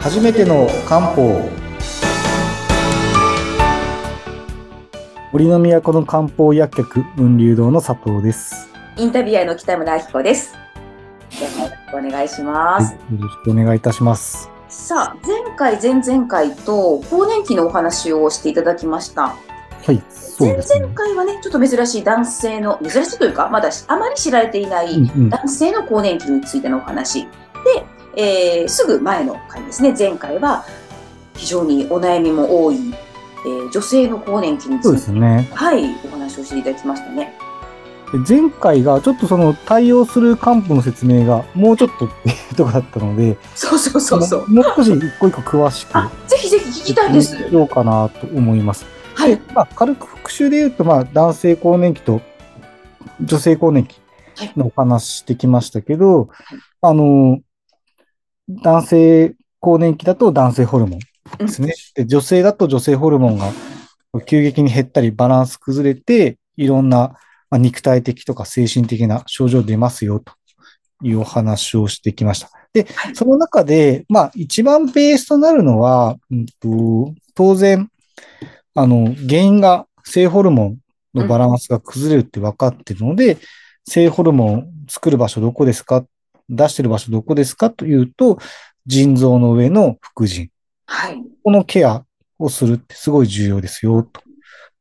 初めての漢方森の都の漢方薬局雲龍堂の佐藤ですインタビュアーの北村明子です。よろしくお願いしまはいす。よろしくお願いいたしますさあ、前回、前々回と、更年期のお話をしていただきました。はいそう前ですね々回はね、ちょっと珍しい男性の、珍しいというか、まだあまり知られていないうんうん男性の更年期についてのお話。で、えーすぐ前の回ですね、前回は、非常にお悩みも多い、えー女性の更年期につそうでいて、すねはい、お話をしていただきましたね。で前回がちょっとその対応する漢方の説明がもうちょっとっていうとこだったのでそうそうそうそう。もう少し一個一個詳しくあ、ぜひぜひ聞きたいです。しようかなと思いますはい。まあ、軽く復習で言うと、まあ、男性更年期と女性更年期のお話してきましたけど、あの、男性更年期だと男性ホルモンですね。で女性だと女性ホルモンが急激に減ったり、バランス崩れて、いろんな、まあ、肉体的とか精神的な症状出ますよというお話をしてきました。で、その中で、まあ、一番ベースとなるのは、うんと、当然、あの、原因が性ホルモンのバランスが崩れるって分かってるので、性ホルモン作る場所どこですか出してる場所どこですかというと、腎臓の上の副腎。はい。このケアをするってすごい重要ですよ、と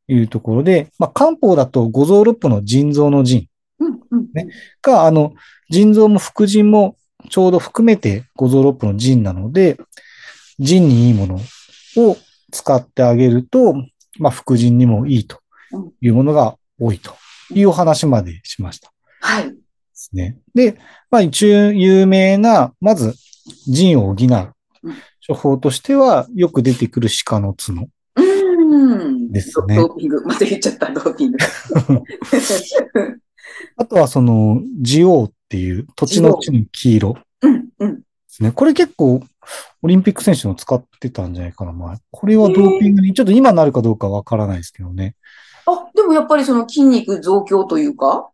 いうところで、まあ、漢方だと五臓六腑の腎臓の腎うんうん。ねが、あの、腎臓も副腎もちょうど含めて五臓六腑の腎なので、腎にいいものを使ってあげると、まあ、副腎にもいいというものが多いというお話までしました。はい。ですね。で、まあ一応有名な、まず、腎を補ううん処方としては、よく出てくる鹿の角。うーん。ですねドドーピング。また言っちゃった、ドー ピング。あとはその、ジオウっていう土地の地の黄色でうんうん。すね。これ結構、オリンピック選手の使ってたんじゃないかな、前。これはドーピングに、ちょっと今なるかどうかわからないですけどね。あ、でもやっぱりその筋肉増強というか。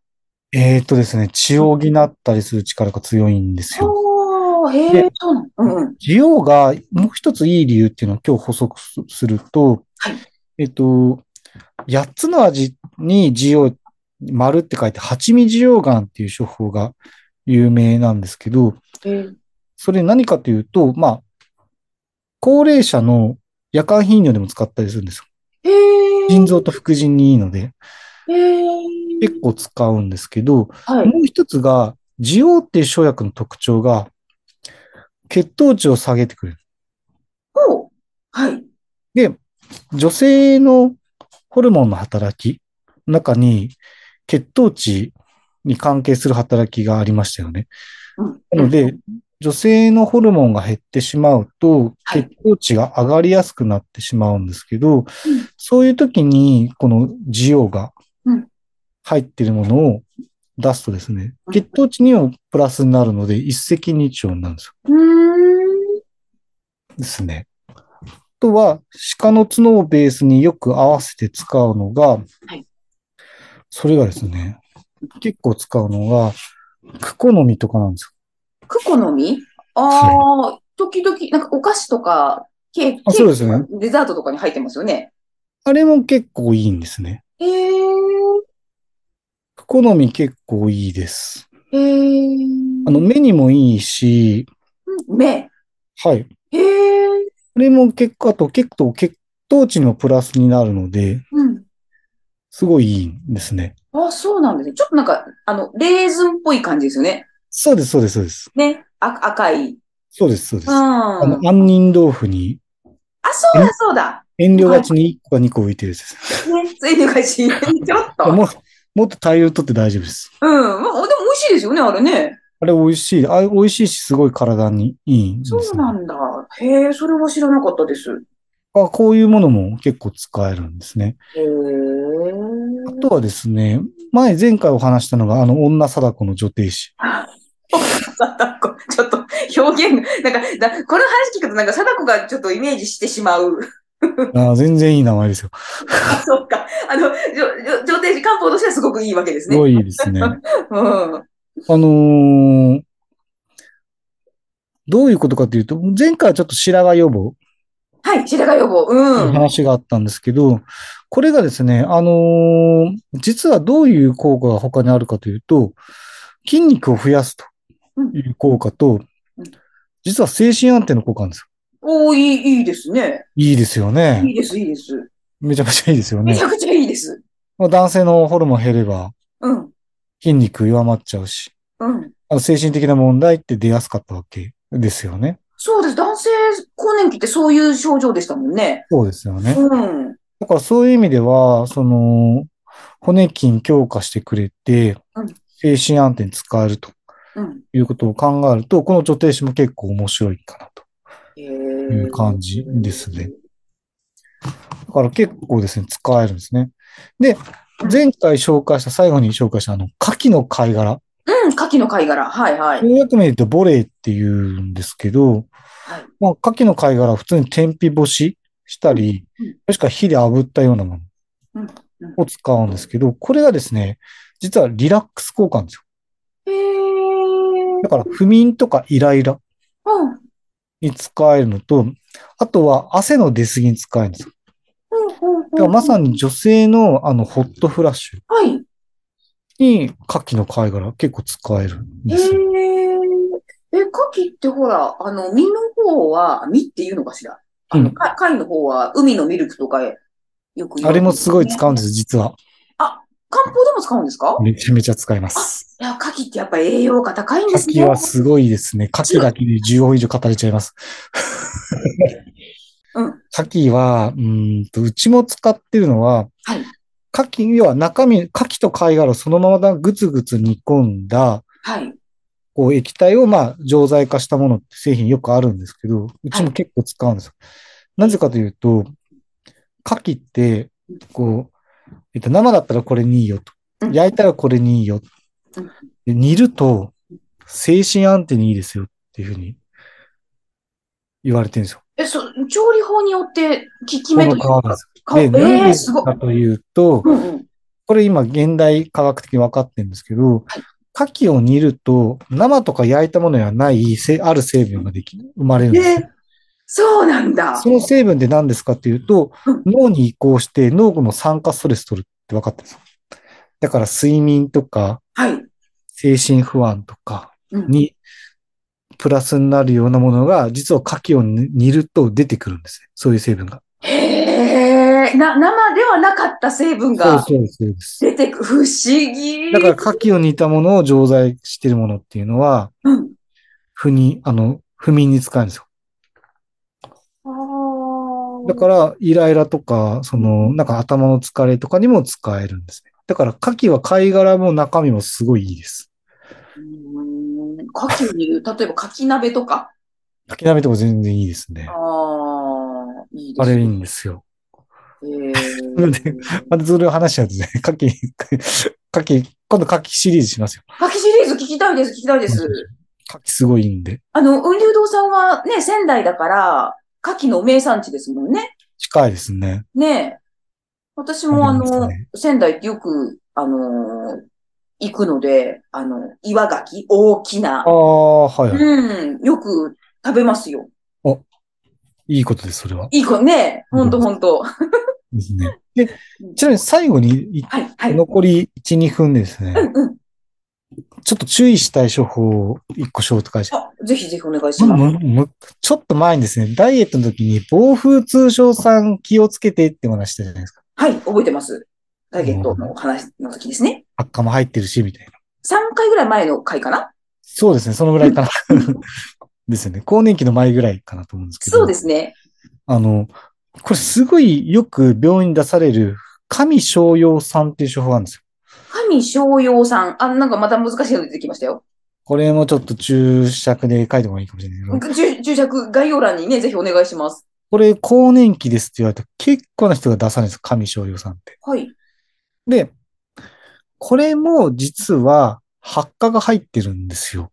えーっとですね、血を補ったりする力が強いんですよ。ああ、へえで、そうなの。うんうん。ジオウがもう一ついい理由っていうのを今日補足すすると、はいえっと、8つの味にジオウ、丸って書いて、八味ジオウガンっていう処方が有名なんですけど、へーそれ何かというと、まあ、高齢者の夜間頻尿でも使ったりするんですよ。へえ。腎臓と副腎にいいので、へえ。結構使うんですけど、はい。もう一つが、ジオウっていう生薬の特徴が、血糖値を下げてくれる。ほう。はい。で、女性のホルモンの働きの中に、血糖値に関係する働きがありましたよね。うんなの、で、女性のホルモンが減ってしまうと、はい血糖値が上がりやすくなってしまうんですけどん、そういう時に、この需要がうん入っているものを出すとですねう、ん血糖値にもプラスになるので、一石二鳥なんですよ。うーん。ですね。あとは、鹿の角をベースによく合わせて使うのが、いそれがですね、結構使うのが、クコの実とかなんですクコの実ああ、時々、なんかお菓子とか、ケーキ、あそうですねケーキとかデザートとかに入ってますよね。よ。あれも結構いいんですね。へえ。クコの実結構いいです。へえ。あの、目にもいいし、目。はい。へえ。これも結構、あと結構血糖値にもプラスになるので、うん。すごいいいんですね。あ、そうなんですね。ちょっとなんか、あの、レーズンっぽい感じですよね。そうです、そうです、そうです。ね。あ赤い。うん。そうです、そうです。ああの、、杏仁豆腐にそうだ、そうだ。遠慮がちに1個か2個浮いてるやつです。ね。ついてかし、ちょっと。うん。まももっと大量取って大丈夫です。あ、でも美味しいですよね、あれね。あれ美味しい。あれ美味しいし、すごい体にいいんですそようなんだ。へえ、それは知らなかったです。あこういうものも結構使えるんですね。へえ。あとはですね、前、前回お話したのが、あの、女貞子の女帝詩。 貞子、ちょっと表現が、なんか、だこの話聞くとなんか貞子がちょっとイメージしてしま う。あー全然いい名前ですよ。あ、そうか。あの、じょじょ上天寺漢方としてはすごくいいわけですすね。 ごいいいですね。うん。あのーどういうことかというと、前回はちょっと白髪予防はい、白髪予防。うん。はい。話があったんですけど、これがですね、あのー実はどういう効果が他にあるかというと、筋肉を増やすという効果とうん、実は精神安定の効果なんですよ。おー、いい、いいですね。いいですよいいね。です、いいです。めちゃくちゃいいですよめねち。ゃくちゃいいです。まあ男性のホルモン減ればうん。筋肉弱まっちゃうし、うん。あの精神的な問題って出やすかったわけですよね。そうです。男性更年期ってそういう症状でしたもんね。そうですよね。うん。だからそういう意味では、その、骨筋強化してくれてうん、精神安定に使えるとうん。いうことを考えると、この女定子も結構面白いかなと。へいう感じですね。だから結構ですね、使えるんですね。で、前回紹介した、最後に紹介したあの、牡蠣の貝殻。うん、牡蠣の貝殻。はいはこい。ういう名でボレーって言うんですけど、はいまあ、牡蠣の貝殻は普通に天日干ししたりうんうん、もしくは火で炙ったようなもうんのうんを使うんですけど、これがですね、実はリラックス効果なんですよ。へーだから不眠とかイライラうん。に使えるのと、あとは汗の出過ぎに使えるんですよ。だからまさに。に女性のあのホットフラッシュはい。に牡蠣の貝殻結構使えるんへですよ。ーえ、牡蠣ってほら、あの、身の方は、身っていうのかしら。あうの、んか貝の方は、海のミルクとかへよく言わあれれもすごい使うんでです、実は。漢方でも使うんですかめちゃめちゃ使います。いや、牡蠣ってやっぱ栄養価高いんです牡ね。蠣はすごいですね。牡蠣だけで15分以上語れちゃいます。うん。牡蠣は、うーんと、うちも使ってるのは、はい。牡蠣、要は中身、牡蠣と貝殻をそのままぐつぐつ煮込んだ、はい。こう液体をまあ錠剤化したものって製品よくあるんですけど、うちも結構使うんですよ。なぜかというと、牡蠣って、こう、えっと、生だったらこれにいいよとう。ん焼いたらこれにいいよ。うんで煮ると、精神安定にいいですよっていうふうに言われてるんですよ。え、そ、調理法によって、効き目というこの皮なんかで、かで、えなんー、ですごい。かというと、うんうん。これ今現代科学的に分かってるんですけど、牡蠣を煮ると、生とか焼いたものにはない、せある成分ができ、生まれるんですえよ。ーそうなんだ。その成分って何ですかっていうとうん、脳に移行して脳の酸化ストレス取るって分かってるんですよ。だから睡眠とか、はい。精神不安とかうんに、プラスになるようなものが、実は牡蠣を煮煮ると出てくるんですね。そういう成分が。へえ、な、生ではなかった成分そうがそうですそうです。出てく、不思議。だから、牡蠣を煮たものを錠剤してるものっていうのは、うん。不に、あの、不眠に使うんですよ。だから、イライラとか、その、なんか頭の疲れとかにも使えるんですね。だから、牡蠣は貝殻も中身もすごいいいです。うーん牡蠣に、例えば牡蠣鍋とか。牡蠣鍋とか全然いいですねあ。あ、いいであすれいいね。んですよ。へ ーでまずそれを話しちゃうとね、 牡蠣、牡蠣、今度牡蠣シリーズしますよ。牡蠣シリーズ聞きたいです、聞きたいです。牡蠣すごいいいんで。あの、雲龍堂さんはね、仙台だから、牡蠣の名産地ですもんね。近いですね。ねえ。私もあそうなのんですね、仙台ってよく、あのー、行くので、あの、岩牡蠣、大きなあ。あ、はいはい。うん、よく食べますよ。いいことです、それは。いい子ね。ほんとほんと。はですね。で、ちなみに最後に、いい、はい。残り1、2分ですね。うんうん。ちょっと注意したい処方を1個紹介しあ、ぜひぜひお願いしむます。むむちょっと前にですね、ダイエットの時に暴風通商さん気をつけてってお話したじゃないですか。はい、覚えてます。ダイエットのお話の時ですね。悪化も入ってるし、みたいな。 3回ぐらい前の回かなそうですね、そのぐらいかな。 ですよね。更年期の前ぐらいかなと思うんですけど。そうですね。あの、これすごいよく病院に出される、神商用酸っていう処方なんですよ。神商用さん。あ、なんかまた難しいの出てきましたよ。これもちょっと注釈で書いてもいいかもしれないけど、注注釈、概要欄にね、ぜひお願いします。これ更年期ですって言われたら結構な人が出さないんですよ、神商用酸って。はい。で、これも実は発火が入ってるんですよ。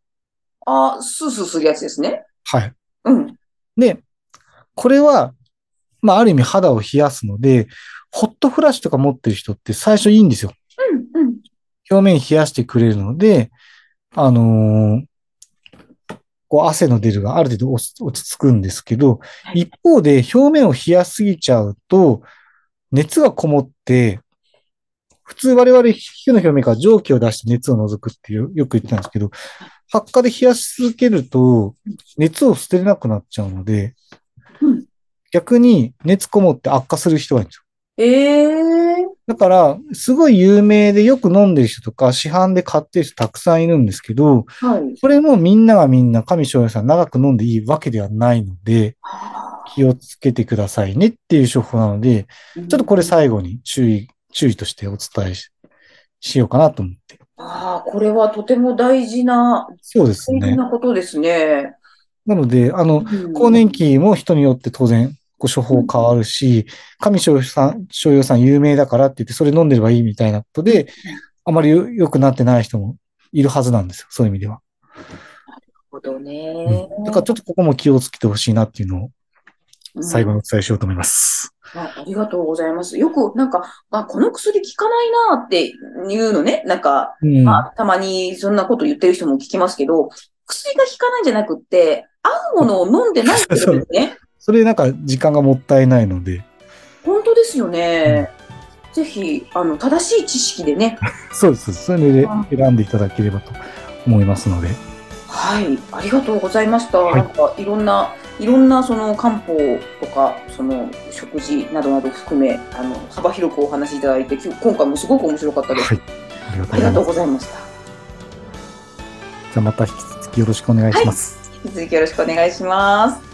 あ、スースーするやつですね。はい。うん。で、これは、まあ、ある意味肌を冷やすので、ホットフラッシュとか持ってる人って最初いいんですよ。うん、うん。表面冷やしてくれるので、あのーこう汗の出るがある程度落ち落ち着くんですけど、一方で表面を冷やしすぎちゃうと、熱がこもって、普通我々皮膚の表面から蒸気を出して熱を除くっていうよく言ってたんですけど、発火で冷やし続けると熱を捨てれなくなっちゃうので、うん逆に熱こもって悪化する人がいるんですよ。ええだから、すごい有名でよく飲んでる人とか、市販で買ってる人たくさんいるんですけど、はい。これもみんながみんな、上昇也さん長く飲んでいいわけではないので、気をつけてくださいねっていう処方なので、ちょっちょっとこれ最後に注意、注意としてお伝えししようかなと思って。ああ、これはとても大事な、そうです大事ね。なことですね。なので、あの、うん更年期も人によって当然、ご処方変わるし、上昇洋さん、昇洋さん有名だからって言って、それ飲んでればいいみたいなことで、あまりよ良くなってない人もいるはずなんですよ。そういう意味では。なるほどね。うん、だからちょっとここも気をつけてほしいなっていうのをうん最後にお伝えしようと思います。あありがとうございます。よく、なんか、あ、この薬効かないなーっていうのね、なんか、うん。まあ、たまにそんなこと言ってる人も聞きますけど、薬が効かないんじゃなくって、合うものを飲んでないってことですね。それなんか時間がもったいないので。本当ですよね。ぜひ、あの、正しい知識でね。そうです。それで選んでいただければと思いますので。はい、ありがとうございました。はいなんか、いろんな、いろんなその漢方とか、その食事などなど含め、あの、幅広くお話しいただいて、きゅ今回もすごく面白かったではす。い。ありがとうあございまりがとす。うございました。じゃあまた引き続きよろしくお願いします。引き続きよろしくお願いします。